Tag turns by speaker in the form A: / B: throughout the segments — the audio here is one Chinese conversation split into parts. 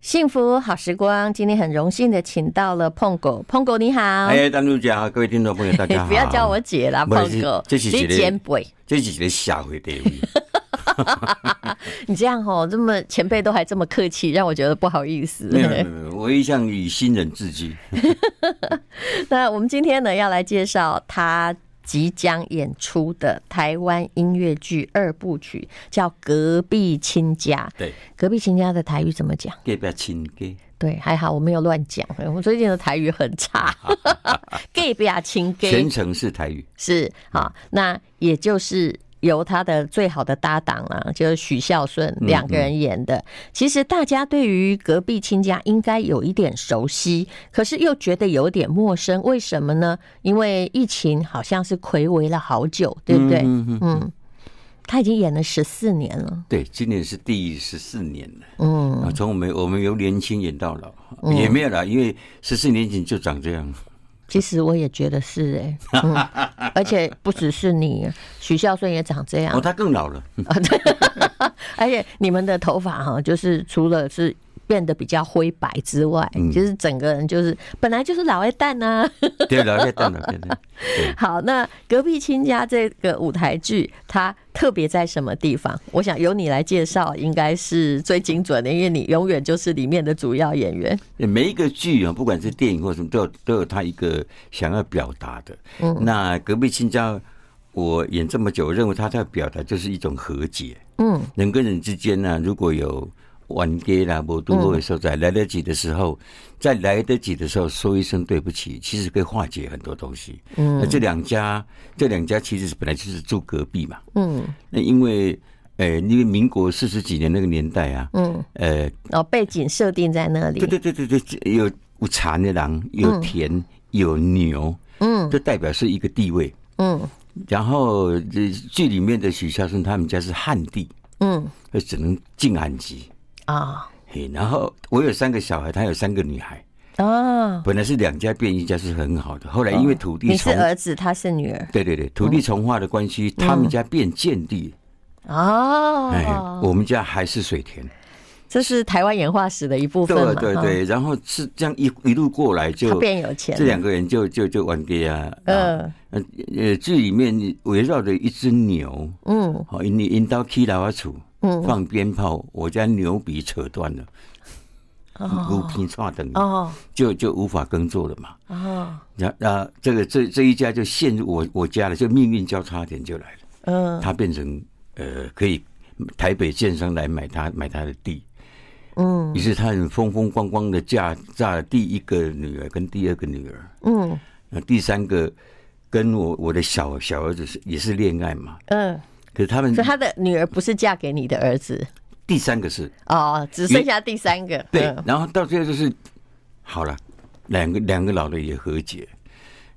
A: 幸福好时光，今天很荣幸的请到了碰狗，碰狗你好，
B: 哎，张主角好，各位听众朋友，大
A: 你
B: 家 好。
A: 不要叫我姐啦，
B: 不
A: 碰
B: 是
A: 狗，
B: 这是
A: 你
B: 一个
A: 前辈，
B: 这是一个社会地 位，
A: 你这样哦，这么前辈都还这么客气，让我觉得不好意思。
B: 没有没有没有，我一向以新人自居。
A: 那我们今天呢，要来介绍他即将演出的台湾音乐剧二部曲，叫《隔壁亲家》。
B: 对，
A: 隔壁亲家的台语怎么讲？
B: 隔壁亲家，
A: 对，还好我没有乱讲。我最近的台语很 差，gay 比亲 gay
B: 全程是台语。
A: 是啊，那也就是由他的最好的搭档啊，就是许孝顺两个人演的。其实大家对于隔壁亲家应该有一点熟悉，可是又觉得有点陌生，为什么呢？因为疫情好像是暌违了好久，对不对？嗯他已经演了十四年了，
B: 对，今年是第十四年了。
A: 嗯，
B: 啊，从我们我们由年轻演到老，也没有啦，因为十四年前就长这样。
A: 其实我也觉得是哎、 嗯，而且不只是你，许孝顺也长这样
B: 哦，，他更老了。
A: 而且你们的头发哈，就是除了是变得比较灰白之外，
B: 嗯
A: 就是整个人就是本来就是老外蛋呢、
B: 对，老太当老太当。
A: 好，那隔壁亲家这个舞台剧，它特别在什么地方？我想由你来介绍，应该是最精准的，因为你永远就是里面的主要演员。
B: 每一个剧啊，不管是电影或什么，都有都有他一个想要表达的。那隔壁亲家，我演这么久，我认为他在表达就是一种和解。
A: 嗯，
B: 人跟人之间呢、如果有玩给啦、摩度或者所在来得及的时候，在来得及的时候说一声对不起，其实可以化解很多东西。嗯，那这两家，这两家其实本来就是住隔壁嘛。
A: 嗯，
B: 那因为，呃，因为民国四十几年那个年代啊，嗯，呃，
A: 然后哦背景设定在那里。
B: 对对对对对，有有茶的狼，
A: 嗯
B: 有田，有牛，嗯，这代表是一个地位。
A: 嗯
B: 然后这剧里面的许孝顺他们家是汉地，
A: 嗯
B: 呃只能进汉籍。
A: 啊
B: 嘿，然后我有三个小孩，他有三个女孩，
A: 啊，
B: 本来是两家变一家是很好的，后来因为土地
A: 哦你是
B: 重，
A: 儿子，她是女儿
B: 对对对，土地重划的关系，他们家变建地，哎，
A: 哦，
B: 我们家还是水田，
A: 这是台湾演化史的一部分
B: 对
A: 嘛？
B: 对对，然后是这样一一路过来
A: 哦，他
B: 就
A: 变有钱
B: 这
A: 了。
B: 两个人就就就玩给啊，
A: 嗯
B: 啊呃呃，剧里面围绕着一只牛，
A: 嗯，
B: 好，引引到 K 老阿楚，放鞭炮，我家牛鼻扯断了，牛皮叉等，
A: 哦
B: 就就无法耕作了嘛。
A: 哦，
B: 那那这个这这一家就陷入我我家了，就命运交叉点就来了，
A: 嗯
B: 他变成呃可以台北建商来买他买他的地。
A: 嗯
B: 于是他很风风光光的嫁嫁了第一个女儿跟第二个女儿，
A: 嗯
B: 那第三个跟我我的小小儿子是也是恋爱嘛，
A: 嗯，
B: 可是他们
A: 所以他的女儿不是嫁给你的儿子
B: 第三个是
A: 哦，只剩下第三个。
B: 对
A: 嗯，
B: 然后到最后就是好了，两个两个老的也和解，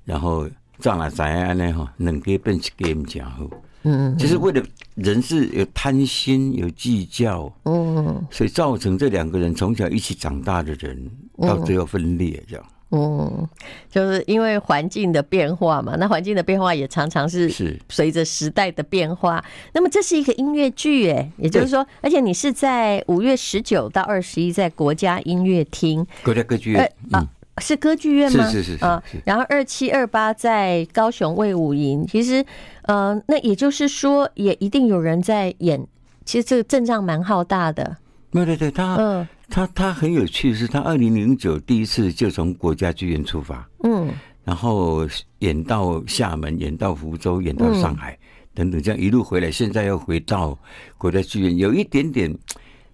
B: 然后丈啊咱安呢哈，两个变是给我们讲后，
A: 嗯
B: 就是为了人是有贪心有计较，
A: 嗯
B: 所以造成这两个人从小一起长大的人到最后分裂这样。
A: 嗯，就是因为环境的变化嘛，那环境的变化也常常是
B: 是
A: 随着时代的变化。那么这是一个音乐剧，哎，也就是说，而且你是在五月十九到二十一在国家音乐厅，
B: 国家歌剧
A: 呃
B: 院，
A: 啊，是歌剧院吗？
B: 嗯是是是
A: 啊
B: 是是
A: 然后二七二八在高雄卫武营，其实呃，那也就是说，也一定有人在演。其实这个阵仗蛮浩大的，
B: 对对对，他
A: 嗯
B: 他他很有趣，是他二零零九第一次就从国家剧院出发，
A: 嗯
B: 然后演到厦门，演到福州，演到上海、等等，这样一路回来，现在又回到国家剧院，有一点点，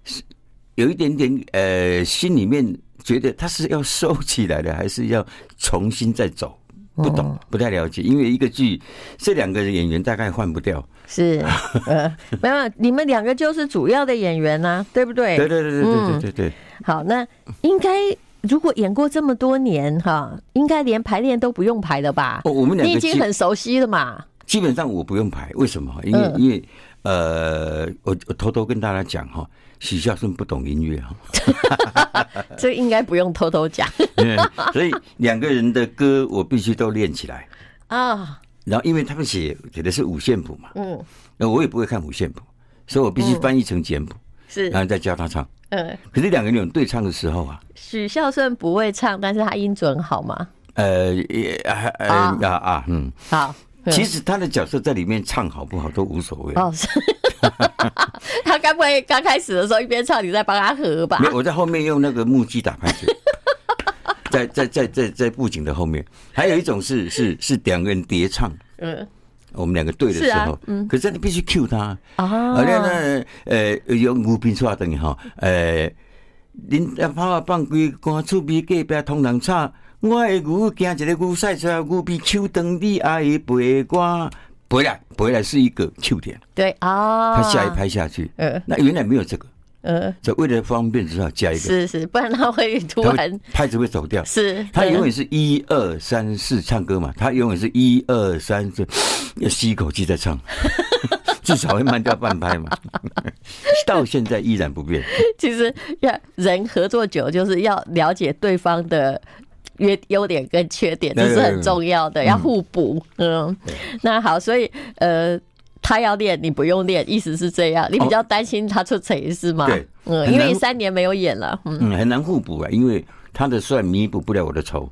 B: 是有一点点呃，心里面觉得他是要收起来的，还是要重新再走？不懂，不太了解，因为一个剧，这两个演员大概换不掉。
A: 是呃，没有，你们两个就是主要的演员呐、对不对？
B: 对对对对对对对对，
A: 好，那应该如果演过这么多年哈，应该连排练都不用排了吧？
B: 哦，我们两
A: 你
B: 个
A: 已
B: 基
A: 经很熟悉了嘛？
B: 基本上我不用排，为什么？因为、
A: 嗯
B: 因为呃，我我偷偷跟大家讲哈，许孝顺不懂音乐哈， 呃
A: 这应该不用偷偷讲
B: 所以两个人的歌我必须都练起来。
A: 啊。
B: 然后因为他们写写的是五线谱嘛，
A: 嗯，
B: 那我也不会看五线谱，所以我必须翻译成简谱，
A: 是
B: 然后再教他唱。
A: 嗯，
B: 可是两个人有对唱的时候啊，
A: 许孝顺不会唱，但是他音准好吗？
B: 呃，也啊呃
A: 啊
B: 啊啊，嗯，
A: 好，嗯
B: 其实他的角色在里面唱好不好都无所谓。
A: 哦，是 他该不会刚开始的时候一边唱，你在帮他合吧
B: 没？有，我在后面用那个木屐打 拍子，在在在在在布景的后面。还有一种是是是两个人叠唱，
A: 嗯，
B: 我们两个对的时
A: 是
B: 候
A: 啊，嗯
B: 可是你必须 cue 他。啊，那
A: 哦，
B: 那呃，用牛鞭出等于吼，呃，恁阿炮啊放归干厝边隔壁通人吵，我的牛惊一个牛屎出来，牛鞭手长你爱陪我。回来，回来是一个 Q 点，
A: 对哦，
B: 他下一，拍下去，
A: 嗯
B: 那原来没有这个，
A: 嗯，
B: 所以为了方便只好加一个，
A: 是是，不然他会突
B: 他会
A: 然
B: 拍子会走掉。
A: 是，
B: 他
A: 嗯
B: 永远是一二三四唱歌嘛，他永远是一二三四，要吸一口气再唱， 至少会慢掉半拍嘛。 到现在依然不变，
A: 其实要人合作久，就是要了解对方的约优点跟缺点，这
B: 对
A: 是很重要的，要互补。嗯，那好，所以呃，他要练，你不用练，意思是这样。你比较担心他出丑是吗？
B: 对
A: 嗯，
B: 很
A: 因为
B: 难
A: 你三年没有演了， 嗯，
B: 嗯，很难互补啊，因为他的帅弥补不了我的丑。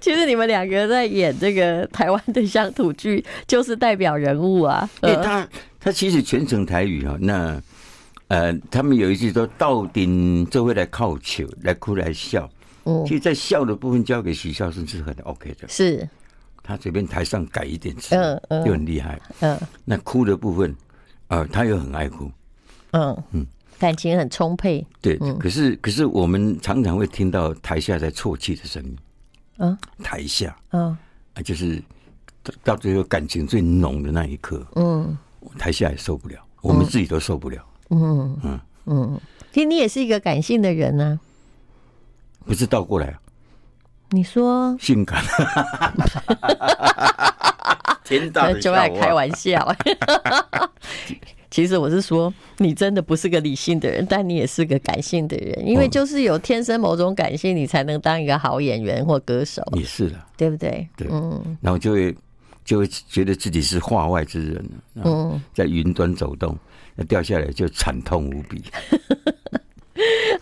A: 其实你们两个在演这个台湾的乡土剧，就是代表人物啊。
B: 因为
A: 嗯
B: 他他其实全程台语啊，那呃，他们有一句说到顶就会来靠球，来哭来笑。
A: 嗯
B: 其实，在笑的部分交给许孝顺是很 OK 的，
A: 是，
B: 他随便台上改一点词
A: 嗯，嗯
B: 就很厉害。
A: 嗯
B: 那哭的部分，呃，他又很爱哭，
A: 嗯嗯，感情很充沛。
B: 对。可是可是我们常常会听到台下在啜泣的声音，
A: 嗯
B: 台下
A: 嗯
B: 啊，就是到到最后感情最浓的那一刻，
A: 嗯
B: 台下也受不了，我们自己都受不了，
A: 嗯
B: 嗯
A: 嗯，其实你也是一个感性的人啊呢、
B: 不是倒过来啊，
A: 你说
B: 性 感，天大的
A: 就
B: 笑
A: 爱
B: 话，
A: 开玩笑。 其实我是说，你真的不是个理性的人，但你也是个感性的人，
B: 哦
A: 因为就是有天生某种感性，你才能当一个好演员或歌手，
B: 也是的，
A: 对不对？
B: 对
A: 嗯
B: 然后就会就会觉得自己是话外之人了，然后
A: 嗯，
B: 在云端走动，那掉下来就惨痛无比。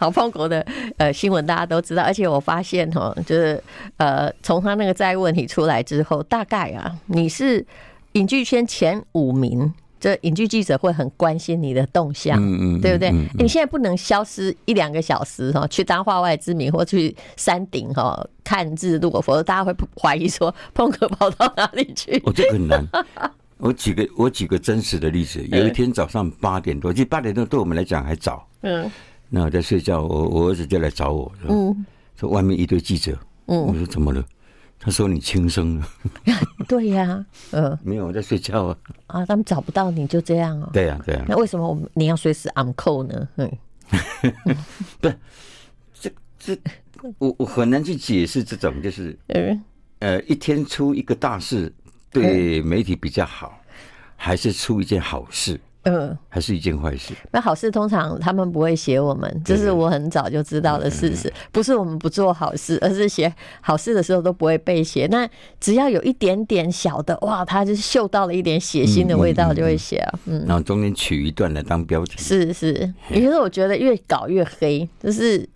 A: 好，phong 国的呃新闻大家都知道，而且我发现哈，就是呃，从他那个债务问题出来之后，大概啊，你是影剧圈前五名，这影剧记者会很关心你的动向。
B: 嗯嗯，
A: 对不对？
B: 嗯
A: 你现在不能消失一两个小时哈、哦，去当画外之名或去山顶哈、哦、看日落，否则大家会 怀疑说碰哥跑到哪里 去。
B: 哦，这个 很难。我举个我举个真实的例子，有一天早上八点多，其实八点多对我们来讲还早。
A: 嗯
B: 那我在睡觉，我我儿子就来找我，说
A: 嗯，
B: 说外面一堆记者，
A: 嗯
B: 我说怎么了？他说你轻生了，
A: 对呀、嗯
B: 没有我在睡觉啊。
A: 啊，他们找不到你就这样哦。
B: 对呀、啊、对呀、啊，
A: 那为什么我们你要随时 on call 呢？嗯
B: 我我很难去解释这种，就是
A: 嗯
B: 呃一天出一个大事对媒体比较好，还是出一件好事，
A: 嗯，
B: 还是一件坏事？
A: 那好事通常他们不会写我们，这是我很早就知道的事实。不是我们不做好事，而是写好事的时候都不会被写。那只要有一点点小的哇，他就嗅到了一点血腥的味道，就会写啊。嗯，
B: 然后中间取一段来当标题。
A: 是是。也就是我觉得越搞越黑，就是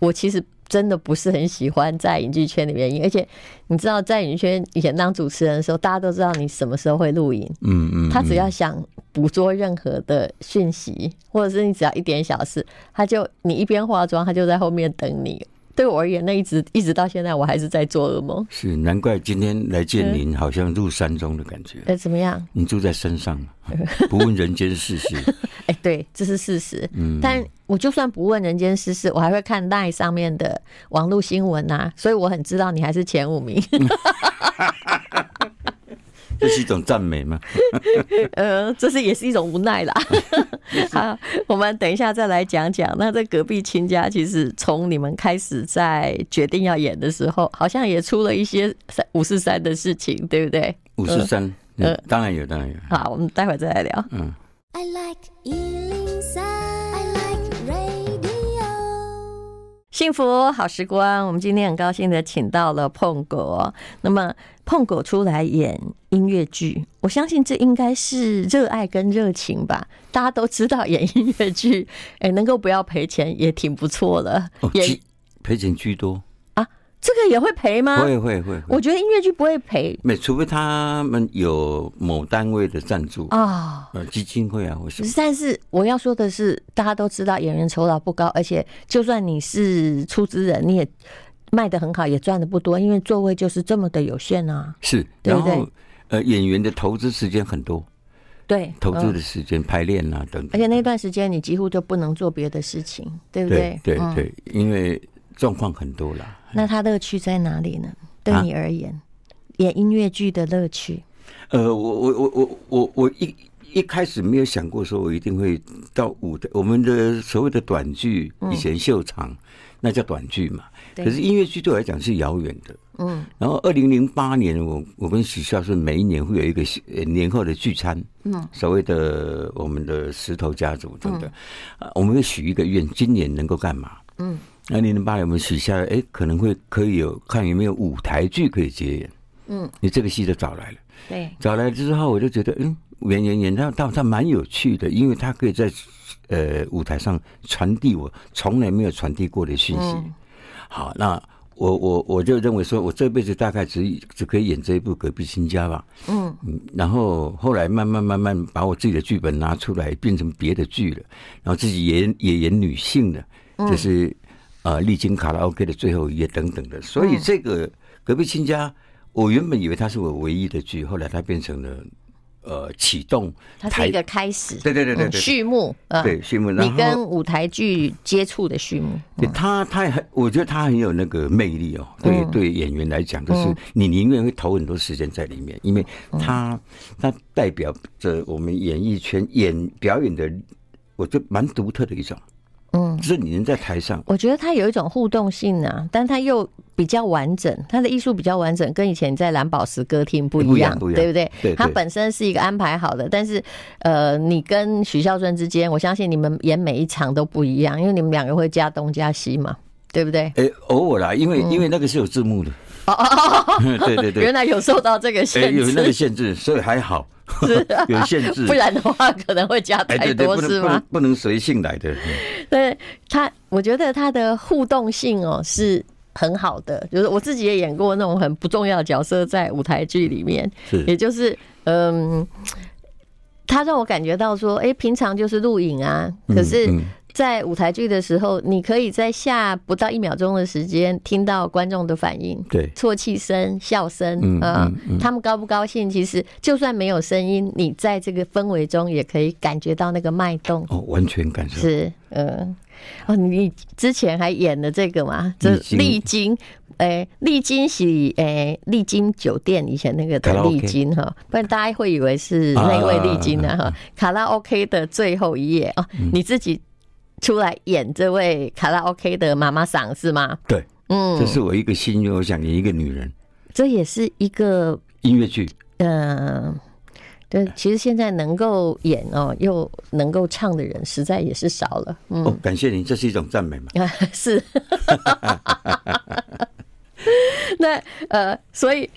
A: 我其实。真的不是很喜欢在影剧圈里面演，而且你知道，在影剧圈以前当主持人的时候，大家都知道你什么时候会录影，
B: 嗯嗯，
A: 他只
B: 嗯
A: 要想捕捉任何的讯息，或者是你只要一点小事，他就你一边化妆，他就在后面等你。对我而言，那一直一直到现在，我还是在做噩梦。
B: 是难怪今天来见您，好像入山中的感觉。
A: 呃，怎么样？
B: 你住在山上，
A: 嗯
B: 不问人间世事。
A: 哎、对，这是事实。
B: 嗯，
A: 但我就算不问人间世事，我还会看 LINE 上面的网络新闻啊，所以我很知道你还是前五名。
B: 这是一种赞美吗？
A: 嗯呃，这是也是一种无奈啦。 好，我们等一下再来讲讲。那这隔壁亲家，其实从你们开始在决定要演的时候，好像也出了一些三五四三的事情，对不对？
B: 五十三，
A: 呃
B: 嗯当然有，当然有。
A: 好，我们待会再来聊。
B: 嗯，
C: I like Ealing Sound. I like radio.
A: 幸福好时光，我们今天很高兴的请到了碰狗。那么碰狗出来演音乐剧，我相信这应该是热爱跟热情吧。大家都知道演音乐剧，哎、能够不要赔钱也挺不错了。
B: 哦，
A: 也
B: 居赔钱居多，
A: 这个也会赔吗？
B: 会会会会，
A: 啊我觉得音乐剧不会赔
B: 没，除非他们有某单位的赞助，
A: 啊。
B: 呃，基金会啊，或什么，
A: 但是我要说的是，大家都知道演员酬劳不高，而且就算你是出资人，你也卖的很好，也赚的不多，因为座位就是这么的有限啊。
B: 是，
A: 对
B: 然
A: 不对
B: 后呃，演员的投资时间很多，
A: 对，
B: 投资
A: 嗯
B: 的时间、排练啊等等，
A: 而且那段时间你几乎就不能做别的事情，对不
B: 对对
A: 嗯
B: 对，因为状况很多啦。
A: 那它乐趣在哪里呢？对
B: 啊
A: 你而言，演音乐剧的乐趣，
B: 呃，我我我我我我一一开始没有想过说我一定会到舞台，我们的所谓的短剧，以前秀场、那叫短剧嘛，
A: 嗯对
B: 可是音乐剧对我来讲是遥远的。
A: 嗯
B: 然后，二零零八年，我我跟许孝顺每一年会有一个呃年后的聚餐，
A: 嗯，
B: 所谓的我们的石头家族等等，啊，我们会许一个愿，今年能够干嘛？
A: 嗯，
B: 二零零八年我们许下了，哎、可能会可以有看有没有舞台剧可以接演，
A: 嗯，
B: 你这个戏就找来了。
A: 对，
B: 找来之后，我就觉得，嗯，演演演到到他蛮有趣的，因为他可以在呃舞台上传递我从来没有传递过的讯息。
A: 嗯
B: 好，那我我我就认为说，我这辈子大概只只可以演这一部《隔壁新家》吧。
A: 嗯
B: 嗯，然后后来慢慢慢慢把我自己的剧本拿出来，变成别的剧了，然后自己也演也演女性的，
A: 嗯
B: 就是、呃历经卡拉 OK 的最后一页等等的。所
A: 嗯
B: 以这个隔壁亲家，我原本以为它是我唯一的剧，后来它变成了呃启动
A: 它是一个开始，
B: 对对对对
A: 嗯
B: 对
A: 序幕，呃
B: 对新闻，然
A: 你
B: 后
A: 跟舞台剧接触的序幕，
B: 对他，他也很，我觉得他很有那个魅力哦。对、
A: 嗯
B: 对，演员来讲，就是你宁愿会投很多时间在里面，因为
A: 嗯
B: 他他代表着我们演艺圈演表演的，我觉得蛮独特的一种，
A: 嗯。
B: 就是你能在台上，
A: 我觉得它有一种互动性啊，但它又比较完整，它的艺术比较完整，跟以前在蓝宝石歌厅不一样，
B: 不一样不一样
A: 对不对？
B: 对对
A: 它本身是一个安排好的，但是呃，你跟许孝顺之间，我相信你们演每一场都不一样，因为你们两个会加东加西嘛，对不对？
B: 哎、偶尔啦，因为、
A: 嗯
B: 因为那个是有字幕的，哦哦对对对
A: 原，来有受到这个
B: 哎、
A: 限
B: 有
A: 制，啊
B: 那个限制，所以还好，有限 制
A: 不，然的话可能会加
B: 哎、
A: 太
B: 对对，
A: 多，
B: 不
A: 是
B: 能不
A: 吗
B: 能？不能随性来的，嗯
A: 对他，我觉得他的互动性哦是很好的，就是我自己也演过那种很不重要的角色在舞台剧里面，
B: 是
A: 也就是嗯，他让我感觉到说，哎、平常就是录影啊，可是。
B: 嗯嗯
A: 在舞台剧的时候，你可以在下不到一秒钟的时间听到观众的反应，
B: 对
A: 啜泣声、笑声
B: 嗯
A: 啊、
B: 嗯嗯
A: 他们高不高兴？其实就算没有声音，你在这个氛围中也可以感觉到那个脉动。
B: 哦，完全感受，
A: 是，嗯，哦，你之前还演了这个嘛？这丽
B: 历经
A: 晶，哎，丽晶是哎丽晶酒店以前那个
B: 卡
A: 的
B: 拉
A: 丽
B: OK
A: 晶哈，不然大家会以为是那位丽晶啊哈。卡拉 OK 的最后一页哦，
B: 嗯
A: 你自己出来演这位卡拉 OK 的妈妈桑是吗？
B: 对，
A: 嗯
B: 这，是我一个心愿，我想演一个女人
A: 这也是一个
B: 音乐剧。
A: 嗯，对，其实现在能够演哦，又能够唱的人，实在也是少了。嗯，
B: 哦，感谢您，这是一种赞美嘛？
A: 啊， 是。那呃，所以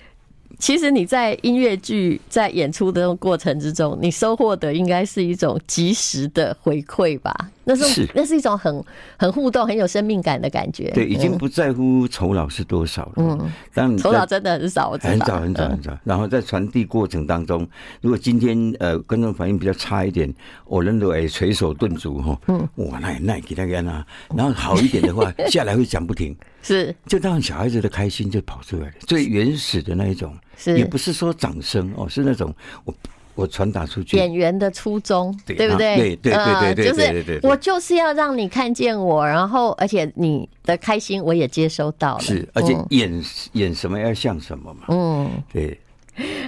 A: 其实你在音乐剧在演出的过程之中，你收获的应该是一种及时的回馈吧？那是
B: 是
A: 那是一种很很互动、很有生命感的感觉。
B: 对，已经
A: 嗯
B: 不在乎酬劳是多少了。嗯，当然
A: 酬劳
B: 在
A: 真的很嗯少，我知道
B: 很早很早很早，然后在传递过程当中，如果今天呃观众反应比较差一点，我能够哎垂手顿足哈，
A: 嗯
B: 哇，那也那也给他给他，啊然后好一点 的话，下来会讲不停，
A: 是
B: 就让小孩子的开心就跑出来了，最原始的那一种，
A: 是
B: 也不是说掌声哦，是那种我我传达出去，
A: 演员的初衷，
B: 对
A: 对不
B: 啊
A: 对？
B: 对对对
A: 啊
B: 对对
A: 就是
B: 对对对对
A: 我就是要让你看见我，然后而且你的开心我也接收到了，
B: 是，而且
A: 嗯
B: 演演什么要像什么嘛，
A: 嗯
B: 对。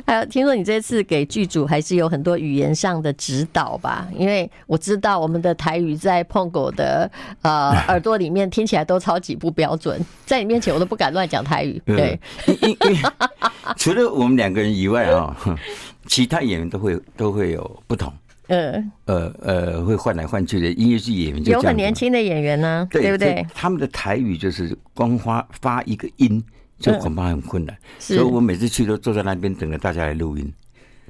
A: 还有，听说你这次给剧组还是有很多语言上的指导吧？因为我知道我们的台语在碰狗的 呃耳朵里面听起来都超级不标准，在你面前我都不敢乱讲台
B: 嗯
A: 语。对，
B: 因 因因为 除了我们两个人以外啊、其他演员都会都会有不同。
A: 嗯，
B: 呃呃，会换来换去的音乐剧演员就
A: 有
B: 这样
A: 很
B: 子
A: 年
B: 嘛
A: 轻的演员呢、
B: 对
A: 不对
B: 这？他们的台语就是光发发一个音，这
A: 嗯
B: 恐怕很困难。所
A: 是
B: 以我每次去都坐在那边等着大家来录音，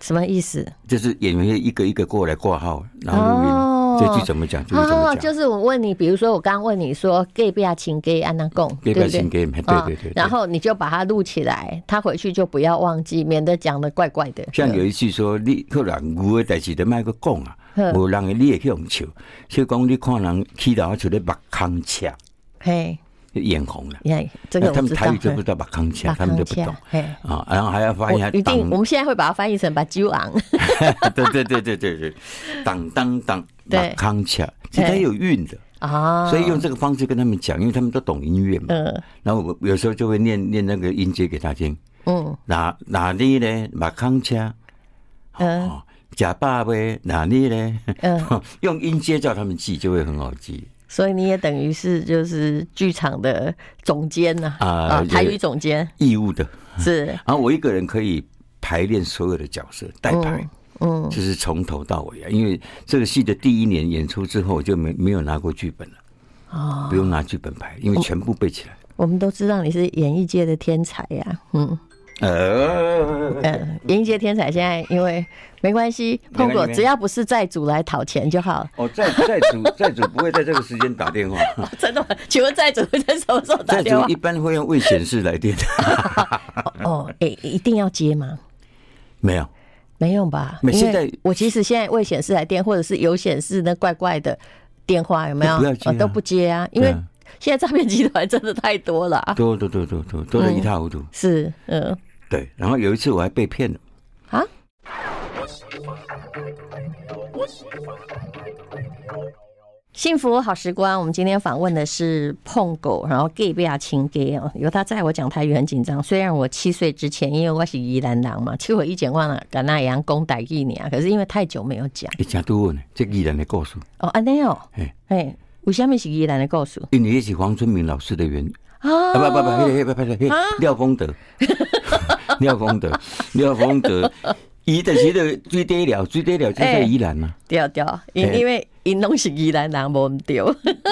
A: 什么意思？
B: 就是演员会一个一个过来挂号，然后录音。
A: 哦
B: 这句怎么讲？这句怎么
A: 哦，
B: 讲？
A: 就是我问你，比如说我刚刚问你说 gay 不要请 gay 安娜贡，对
B: 给表
A: 不对
B: 情？给你们，对
A: 啊
B: 对对。对
A: 然后你就把它录起来，他回去就不要忘记，免得讲的怪怪的。
B: 像有一句说，你可能牛的代志都卖个讲啊
A: 嗯，
B: 无人的你会去用笑，所以讲你看人起头就咧目空赤，
A: 嘿，
B: 眼红了。哎
A: 你看这个
B: 那
A: 我
B: 他们
A: 知道
B: 台语就不
A: 嗯
B: 知道目空赤，
A: 把
B: 他们就
A: 康
B: 不
A: 恰
B: 懂
A: 嘿，
B: 啊。然后还要
A: 我
B: 发现他
A: 一定，
B: 当
A: 我们现在会把它翻译成把揪昂，
B: 对对对对对对，当当当，
A: 对
B: 马康卡，其实它
A: 对
B: 有韵的，
A: 啊，
B: 所以用这个方式跟他们讲，因为他们都懂音乐嘛。
A: 嗯
B: 然后我有时候就会念念那个音阶给他听，
A: 嗯
B: 哪哪里呢？马康卡，
A: 嗯
B: 哦，假爸呗，哪里呢？
A: 嗯，
B: 用音阶叫他们记，就会很好记
A: 所以你也等于是就是剧场的总监呐
B: 啊
A: 啊，
B: 也啊
A: 台语总监
B: 义务的。
A: 是
B: 然后我一个人可以排练所有的角色，代排。
A: 嗯
B: 就是从头到尾啊，因为这个戏的第一年演出之后，我就没没有拿过剧本了，
A: 哦，
B: 不用拿剧本排，因为全部背起来。
A: 我们都知道你是演艺界的天才呀，嗯
B: 呃，
A: 嗯，演艺界天才现在因为没关系，
B: 没
A: 碰
B: 关系
A: 过
B: 没
A: 只要不是债主来讨钱就好了。
B: 哦，债债主债主不会在这个时间打电话，
A: 真的吗？请问债主会在什么时候打
B: 哦债
A: 电
B: 主
A: 话
B: 一？般会用未显示来 电，
A: 哦，诶、一定要接吗？
B: 没有，
A: 没用吧？
B: 没
A: 因为
B: 现在
A: 我其实现在未显示来电，或者是有显示那怪怪的电话，有没有？
B: 都不要接啊
A: 哦都不接啊，因为
B: 对啊
A: 现在诈骗集团真的太多了啊。
B: 多多多多多多的一塌糊涂。
A: 是，嗯，
B: 对，然后有一次我还被骗了，
A: 啊，幸福好时光，我们今天访问的是碰狗，然后 gay 被他亲 gay 哦，有他在我讲台语很紧张。虽然我七岁之前，因为我是宜兰人嘛，其实我以前忘了跟那样公台语呢，可是因为太久没有讲
B: 一家都问了，这艺人的故事，
A: 哦，安内哦
B: 嘿，
A: 哎，为什么是宜兰的故事
B: 因为也是黄春明老师的原
A: 啊
B: 啊不不不，嘿嘿不不不嘿，廖 峰德，廖峰德，廖峰德，伊就是那个最低了，最低了
A: 哎
B: 就是在宜兰啊嘛。
A: 对对，因
B: 嘿
A: 因为因拢是宜兰人，无毋对，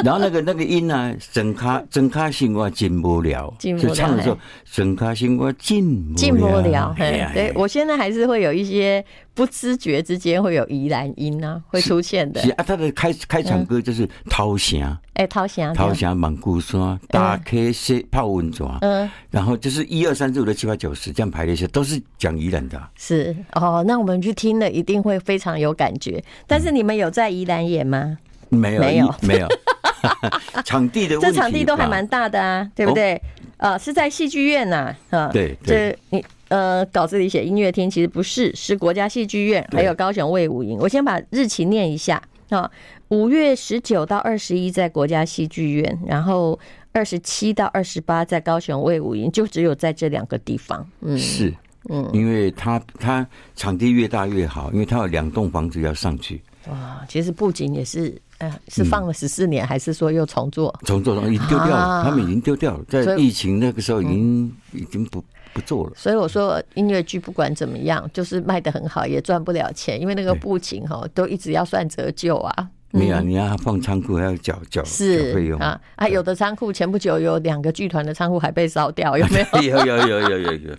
B: 然后那个那个音啊，整卡整卡心我进不了，
A: 进不了
B: 就唱的时候，整卡心我进
A: 进不了。
B: 哎
A: 嘿
B: 呀
A: 对
B: 哎呀
A: 我现在还是会有一些不知觉之间会有宜兰音啊，会出现的
B: 是。啊，他的开开场
A: 嗯
B: 歌就是《涛翔
A: 哎，陶翔，》，
B: 涛翔满孤山，打开些泡温泉，
A: 嗯，
B: 然后就是一二三四五六七八九十这样排列一下，都是讲宜兰的啊。
A: 是哦，那我们去听了一定会非常有感觉。但是你们有在宜兰演吗？
B: 没有
A: 没有
B: 一 没有，场地的问
A: 这
B: 题吧，哦
A: 场地都还蛮大的啊，对不对？呃，是在戏剧院呐，啊，
B: 对
A: 这
B: 对
A: 你呃稿子里写音乐厅，其实不是，是国家戏剧院，
B: 对
A: 还有高雄卫武营。我先把日期念一下啊，五月十九到二十一在国家戏剧院，然后二十七到二十八在高雄卫武营，就只有在这两个地方。嗯，
B: 是，嗯，因为它它场地越大越好，因为它有两栋房子要上去，
A: 哇，其实布景也是。呃，是
B: 嗯
A: 放了十四年，还是说又重做？
B: 从这种已经丢掉
A: 啊
B: 了，他们已经丢掉了，
A: 所
B: 在
A: 以嗯
B: 疫情那个时候已经已经不不做了。
A: 所以我说音乐剧不管怎么样，就是卖的很好，也赚不了钱，因为那个
B: 对
A: 布景哈都一直要算折旧啊。
B: 没有，你要放仓库还要缴缴缴费
A: 是
B: 用
A: 啊啊，有的仓库前不久有两个剧团的仓库还被烧掉，有没 有？
B: 有有有有有有，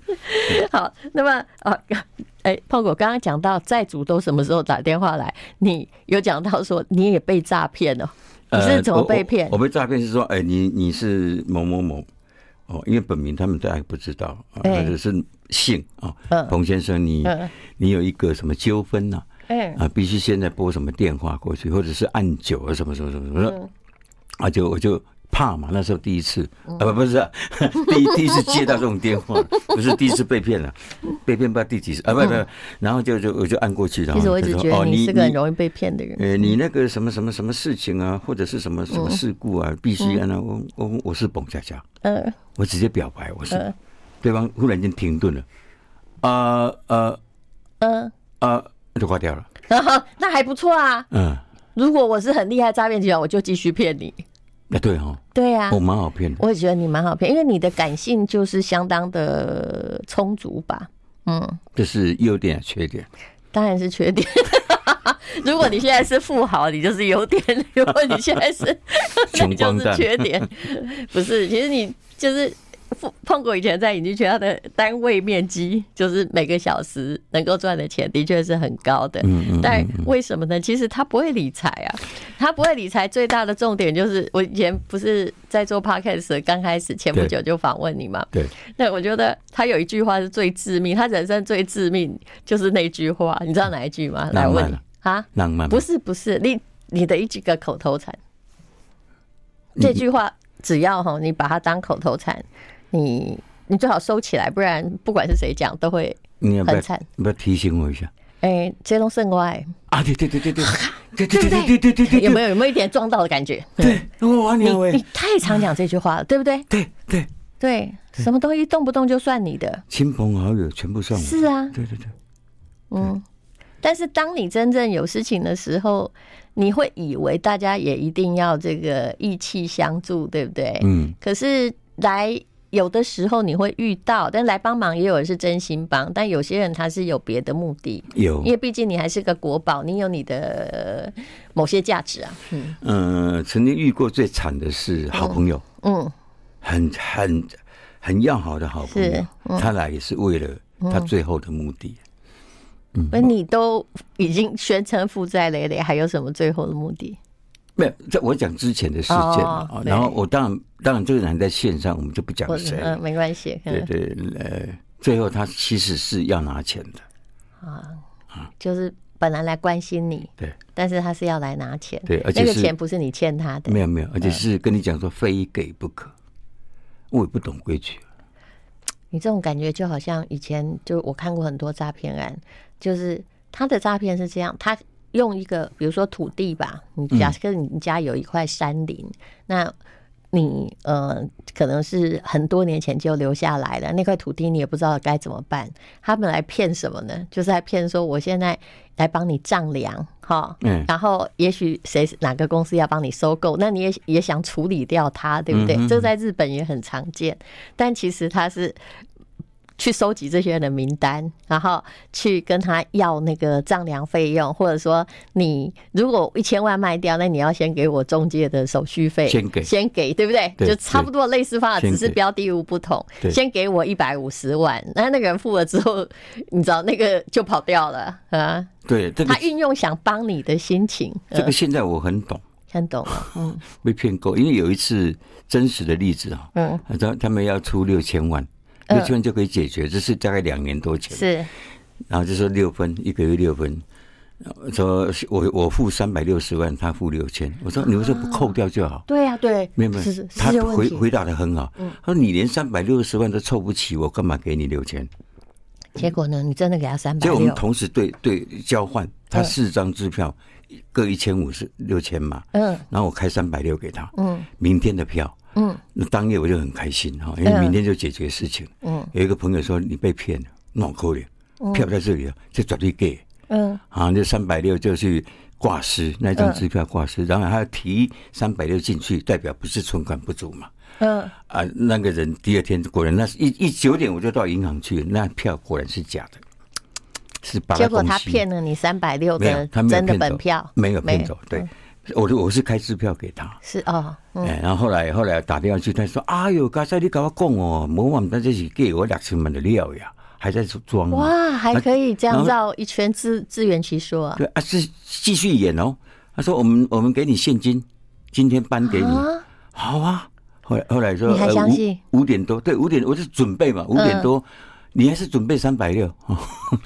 A: 好，那么啊，哎，胖狗刚刚讲到债主都什么时候打电话来，你有讲到说你也被诈骗了，你是怎么
B: 我
A: 被骗
B: 呃我？我被诈骗是说，哎，你你是某某某，哦，因为本名他们大家不知道，啊
A: 对
B: 或者是姓啊
A: 嗯，
B: 彭先生，你
A: 嗯
B: 你有一个什么纠纷呐？
A: 嗯
B: 啊，必须现在拨什么电话过去，或者是按九啊，什么什么什么什么，
A: 嗯
B: 啊，就我就怕嘛，那时候第一次
A: 嗯
B: 啊，不不是啊 第一第一次接到这种电话， 不是第一次被骗了，被骗不知道第几次啊，不不，然后就就我就按过去，然
A: 嗯其
B: 后
A: 实我一
B: 就
A: 直
B: 说
A: 觉
B: 哦，
A: 得你
B: 你
A: 是个很
B: 你
A: 容易被骗的人。
B: 呃，你那个什么什么什么事情啊，或者是什么什么事故啊，必须按照我我我是彭佳佳，
A: 嗯
B: 我直接表白我是
A: 嗯，
B: 对方忽然间停顿了，啊呃
A: 嗯，
B: 啊，就挂掉了，
A: 然后那还不错啊。
B: 嗯，
A: 如果我是很厉害的诈骗集团，我就继续骗你。
B: 那哎对哈，
A: 对啊，
B: 我蛮好骗的。
A: 我也觉得你蛮好骗，因为你的感性就是相当的充足吧。嗯，
B: 这是优点缺点。
A: 当然是缺点。 如果你现在是富豪，你就是有点；如果你现 在是，那
B: 穷
A: 就
B: 光
A: 是
B: 蛋
A: 缺点。不是，其实你就是碰碰过以前在影剧圈，它的单位面积就是每个小时能够赚的钱，的确是很高的。
B: 嗯嗯
A: 但为什么呢？其实他不会理财啊，他不会理财。最大的重点就是，我以前不是在做 podcast 刚开始前不
B: 对
A: 久就访问你嘛，
B: 对，
A: 那我觉得他有一句话是最致命，他人生最致命就是那句话，你知道哪一句吗？来
B: 浪漫
A: 问你
B: 啊
A: 啊，
B: 浪漫
A: 不是不是，你你的一句个口头禅，这句话只要哈你把它当口头禅，你你最好收起来，不然不管是谁讲都会。
B: 你要不要
A: 很惨
B: 要不要提醒我一下
A: 哎、这都胜 外，
B: 啊？对对对对对对对
A: 对不
B: 对对对对对，
A: 有没有
B: 有？
A: 有没有一点撞到的感觉？
B: 对，哦欸我你喂
A: 你，太常讲这句话了，对不对？
B: 对对，
A: 对，什么东西动不动就算你的，
B: 亲朋好友全部算我，
A: 是啊。
B: 对对对，
A: 但是当你真正有事情的时候，你会以为大家也一定要这个意气相助，对不对？
B: 嗯，
A: 可是来有的时候你会遇到，但来帮忙也有人是真心帮，但有些人他是有别的目的，
B: 有
A: 因为毕竟你还是个国宝，你有你的呃某些价值啊。嗯
B: 嗯，曾经遇过最惨的是好朋友，
A: 嗯
B: 很很很要好的好朋友
A: 是，嗯
B: 他来也是为了他最后的目的。，嗯
A: 那你都已经全程负债累累，还有什么最后的目的？
B: 没有，在我讲之前的事件
A: 哦
B: 嘛，哦
A: 对
B: 然后我当然当然这个人在线上，我们就不讲
A: 我
B: 谁
A: 嗯、，没关系，
B: 对
A: 嗯
B: 对，呃，最后他其实是要拿钱的，
A: 就是本来来关心你，
B: 对
A: 但是他是要来拿钱，
B: 对而且
A: 那个
B: 是
A: 钱不是你欠他的
B: 没，有没有，而且是跟你讲说非给不可，我也不懂规矩，
A: 你这种感觉就好像以前就我看过很多诈骗案，就是他的诈骗是这样，他用一个比如说土地吧，你假设你家有一块山林，那你呃可能是很多年前就留下来了，那块土地你也不知道该怎么办，他们来骗什么呢？就是来骗说我现在来帮你丈量哈，
B: 嗯
A: 然后也许谁哪个公司要帮你收购，那你也也想处理掉它，对不对？这在日本也很常见，但其实它是去收集这些人的名单，然后去跟他要那个丈量费用，或者说你如果一千万卖掉，那你要先给我中介的手续费，
B: 先给
A: 先给，对不对？
B: 对
A: 就差不多类似方法，
B: 对
A: 只是
B: 先给
A: 标的物不同。
B: 对
A: 先给我一百五十万，那那个人付了之后，你知道那个就跑掉了啊。
B: 对这个
A: 他运用想帮你的心情，
B: 这
A: 嗯
B: 个现在我很懂。
A: 看懂了，嗯
B: 被骗够，因为有一次真实的例子啊，
A: 嗯，
B: 他他们要出六千万，
A: 嗯
B: 六千万就可以解决，这是大概两年多前，
A: 是
B: 然后就说六分，一个月六分，说我我付三百六十万，他付六千，我说你为什么不扣掉就好？
A: 对呀、对，
B: 没有没有
A: 啊是是，是
B: 他
A: 这个问
B: 回
A: 题。嗯
B: 回答的很好，他说你连三百六十万都凑不齐，我干嘛给你六千？
A: 结果呢，你真的给他三百
B: 结果我们
A: 六，
B: 同时对对交换，
A: 嗯
B: 他四张支票各一千五是六千嘛，
A: 嗯
B: 然后我开三百六给他，
A: 嗯，
B: 明天的票，
A: 嗯，
B: 那当夜我就很开心哈，因为明天就解决事情。
A: 嗯，
B: 有一个朋友说你被骗了，脑壳里票在这里了，这绝对给
A: 嗯
B: 啊，那三百六就去挂失那张支票挂失，然后还要提三百六进去，代表不是存款不足嘛。
A: 嗯，
B: 啊，那个人第二天果然，那是一一九点我就到银行去，那票果然是假的，是把
A: 结果他骗了你三百六
B: 没有，
A: 的
B: 他没有
A: 真的
B: 骗
A: 本
B: 走
A: 票，
B: 没有
A: 没
B: 骗走，对，我我是开支票给他，
A: 是哦，嗯
B: 哎，然后后来后来打电话去，他说：“哎呦，刚才你跟我讲哦，某晚他这是给我两千万的料呀，还在装。”
A: 哇，还可以这样
B: 嗯然后
A: 绕一圈自自圆其说啊
B: 对啊，是继续演哦。他说：“我们我们给你现金，今天颁给你。
A: 啊！
B: 好啊。后来后来说，
A: 你还
B: 呃
A: 相
B: 五
A: 信嗯
B: 五点多，对，五点我是准备嘛，五点多，你还是准备三百六。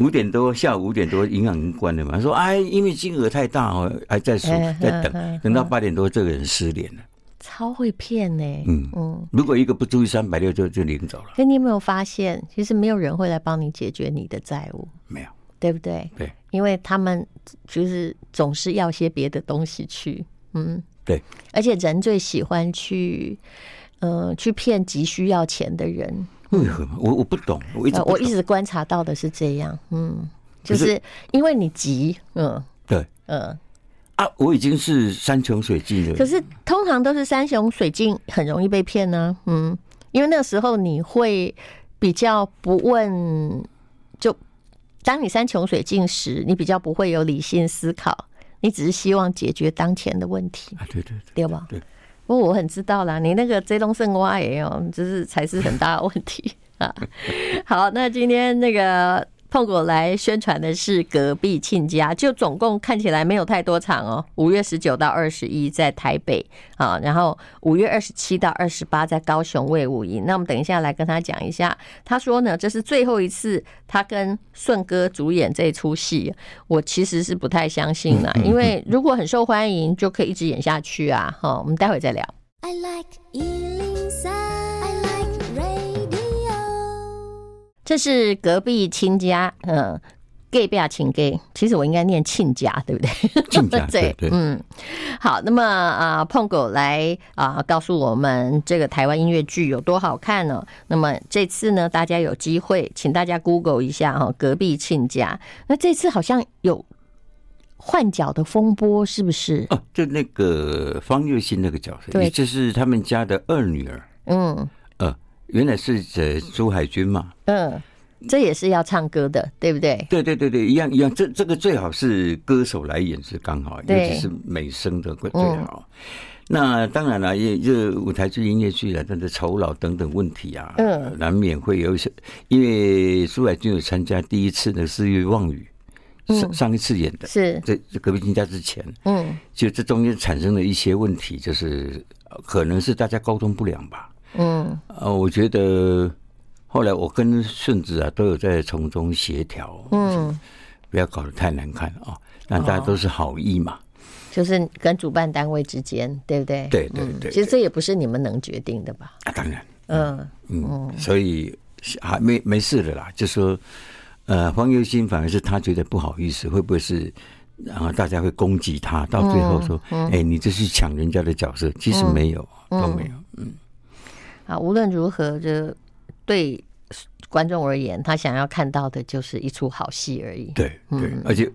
B: 五点多，下午五点多，银行已经关了嘛。他说：“哎，因为金额太大哦，还在数
A: 哎，
B: 在
A: 嗯嗯
B: 等，等到八点多，这个人失联了。
A: 超会骗呢、
B: 嗯
A: 嗯，
B: 如果一个不注意，三百六就就领走了，
A: 可你有没有发现，其实没有人会来帮你解决你的债务，
B: 没有。”
A: 对不对？
B: 对，
A: 因为他们就是总是要些别的东西去，嗯，
B: 对，
A: 而且人最喜欢去，呃，去骗急需要钱的人。
B: 为何哎嘛？我我不懂，我一直
A: 呃，
B: 不
A: 嗯我
B: 懂
A: 一直观察到的是这样，嗯，就
B: 可是
A: 是因为你急，嗯
B: 对
A: 嗯，
B: 啊，我已经是山穷水尽
A: 可
B: 了。
A: 是通常都是山穷水尽，很容易被骗呢、嗯，因为那时候你会比较不问，就当你山穷水尽时，你比较不会有理性思考，你只是希望解决当前的问题，
B: 啊，对对对，
A: 对吧？
B: 对。
A: 不过我很知道啦，你那个追龙胜蛙也哦，就是才是很大的问题 啊。好，那今天那个碰果来宣传的是隔壁亲家，就总共看起来没有太多场哦。五月十九到二十一在台北啊，然后五月二十七到二十八在高雄魏武营。那我们等一下来跟他讲一下，他说呢，这是最后一次他跟顺哥主演这出戏，我其实是不太相信
B: 嗯
A: 啦，因为如果很受欢迎，就可以一直演下去啊。哈，我们待会再聊。
C: I like Ealing Sound. I like radio.
A: 这是隔壁亲家，嗯，gay 不要请 gay，其实我应该念亲家，对不 对？
B: 亲家啊对对
A: 嗯，好，那么啊、碰狗来啊、告诉我们这个台湾音乐剧有多好看呢、那么这次呢，大家有机会，请大家 Google 一下哈、隔壁亲家。那这次好像有换角的风波，是不是？
B: 哦，就那个方月欣那个角色，
A: 对
B: 也就是他们家的二女儿，
A: 嗯
B: 呃，原来是呃朱海军嘛，
A: 嗯，这也是要唱歌的，对不对？
B: 对对对对，一样一样。这这个最好是歌手来演是刚好，尤
A: 对嗯
B: 其是美声的会最好。那当然了，也这舞台剧、音乐剧啊，它的酬劳等等问题啊，
A: 嗯，
B: 难免会有一些。因为苏海军有参加第一次的四月望雨，
A: 嗯
B: 上上一次演的，
A: 是，
B: 在在隔壁亲家之前，
A: 嗯
B: 就这中间产生了一些问题，就是呃可能是大家沟通不良吧。
A: 嗯
B: 呃，我觉得后来我跟顺子啊都有在从中协调，
A: 嗯，哦
B: 不要搞得太难看啊、那大家都是好意嘛，
A: 就是跟主办单位之间，对不对？
B: 对对
A: 嗯
B: 对
A: 其实这也不是你们能决定的吧？
B: 啊，当然，
A: 嗯
B: 嗯，所以是还没没事的啦，就说，呃，黄忧心反而是他觉得不好意思，会不会是，然后大家会攻击他，到最后说，哎、
A: 嗯
B: 你这是抢人家的角色，其实没有，都没有，
A: 啊，无论如何，就对观众而言，他想要看到的就是一出好戏而已。
B: 对对，
A: 嗯
B: 而且，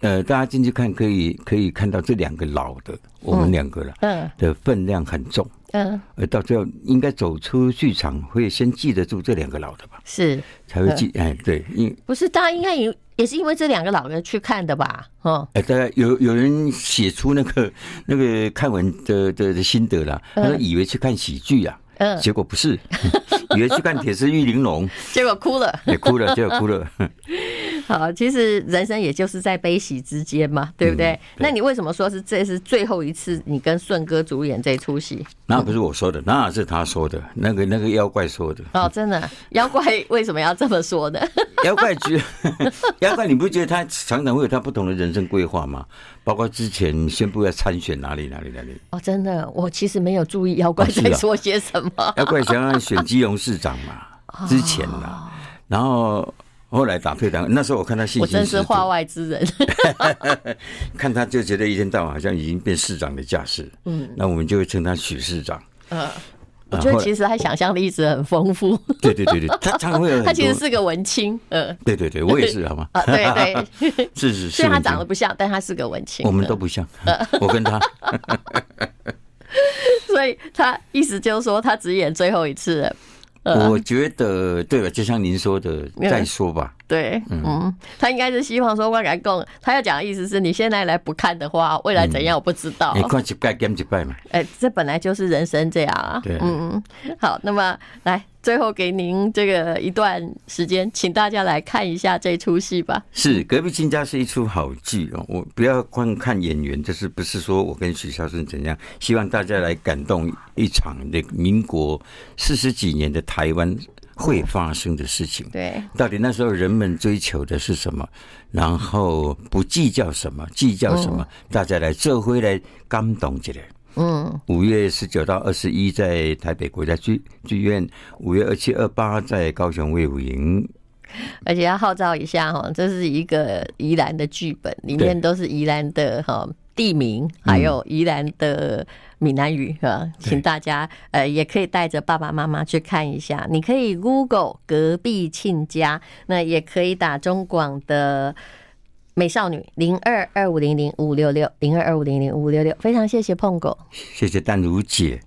B: 呃，大家进去看可以可以看到这两个老的，我们两个了、
A: 嗯
B: 的分量很重，
A: 嗯，
B: 而到最后应该走出剧场会先记得住这两个老的吧，
A: 是
B: 才会记，哎，对，因
A: 不是？大家应该也也是因为这两个老人去看的吧？哦，
B: 哎，大家有有人写出那个 那个看完的的的心得啦，他说以为去看喜剧啊，
A: 嗯
B: 结果不是， 以为去看《铁丝玉玲珑》，
A: 结果哭了。
B: 也哭了，结果哭了。
A: 好，其实人生也就是在悲喜之间嘛，对不对？
B: 嗯
A: 那你为什么说是这是最后一次你跟顺哥主演这出戏？
B: 那不是我说的，那是他说的，那个那个妖怪 说的，
A: 哦，真的，妖 怪为什么要这么说呢？
B: 妖怪觉，妖怪，你不觉得他常常会有他不同的人生规划吗？包括之前宣布要参选哪里哪里哪里，
A: 哦，真的，我其实没有注意妖怪
B: 哦是啊
A: 在说些什么。
B: 妖怪想要选基隆市长嘛，
A: 哦
B: 之前啦，然后后来打退堂，那时候我看他信
A: 我
B: 心
A: 真
B: 十
A: 是
B: 足。啊
A: 话外之人。
B: 看他就觉得一天到晚好像已经变市长的架势，嗯，那我们就会称他许市长。
A: 我
B: 啊
A: 觉得
B: 后来
A: 其实他想象力一直很丰富，
B: 对对对对，他常会有
A: 他
B: 很
A: 其实
B: 多，
A: 是个文青，呃
B: 对对对，我也是，好吗？
A: 啊， 对 对，
B: 是是是，
A: 虽然他长得不呃像，但他是个文青。
B: 我们都不像， 我跟他，
A: 所以他意思就是说，他只演最后一次了。呃
B: 我觉得对了，就像您说的，再说吧。
A: 对，嗯，他应该是希望说万敢共，他要讲的意思是你现在来不看的话，未来怎
B: 嗯
A: 样我不知道。
B: 你看一拜减一拜嘛，
A: 哎、这本来就是人生这样啊。
B: 对
A: 嗯，好，那么来最后给您这个一段时间，请大家来看一下这出戏吧。
B: 是《隔壁亲家》是一出好剧哦。我不要光看演员，就是不是说我跟许孝顺怎样，希望大家来感动一场那个民国四十几年的台湾会发生的事情。
A: 对，
B: 到底那时候人们追求的是什么？然后不计较什么，计较什么？大家来这回来感动起来。
A: 嗯，
B: 五月十九到二十一在台北国家剧剧院，五月二七二八在高雄卫武营。
A: 而且要号召一下哈，这是一个宜兰的剧本，里面都是宜兰的哈地名，还有宜兰的闽南语哈，请大家呃也可以带着爸爸妈妈去看一下。你可以 Google 隔壁亲家，那也可以打中广的。美少女零二二五零零五六六零二二五零零五六六，非常谢谢碰狗。
B: 谢谢淡如姐。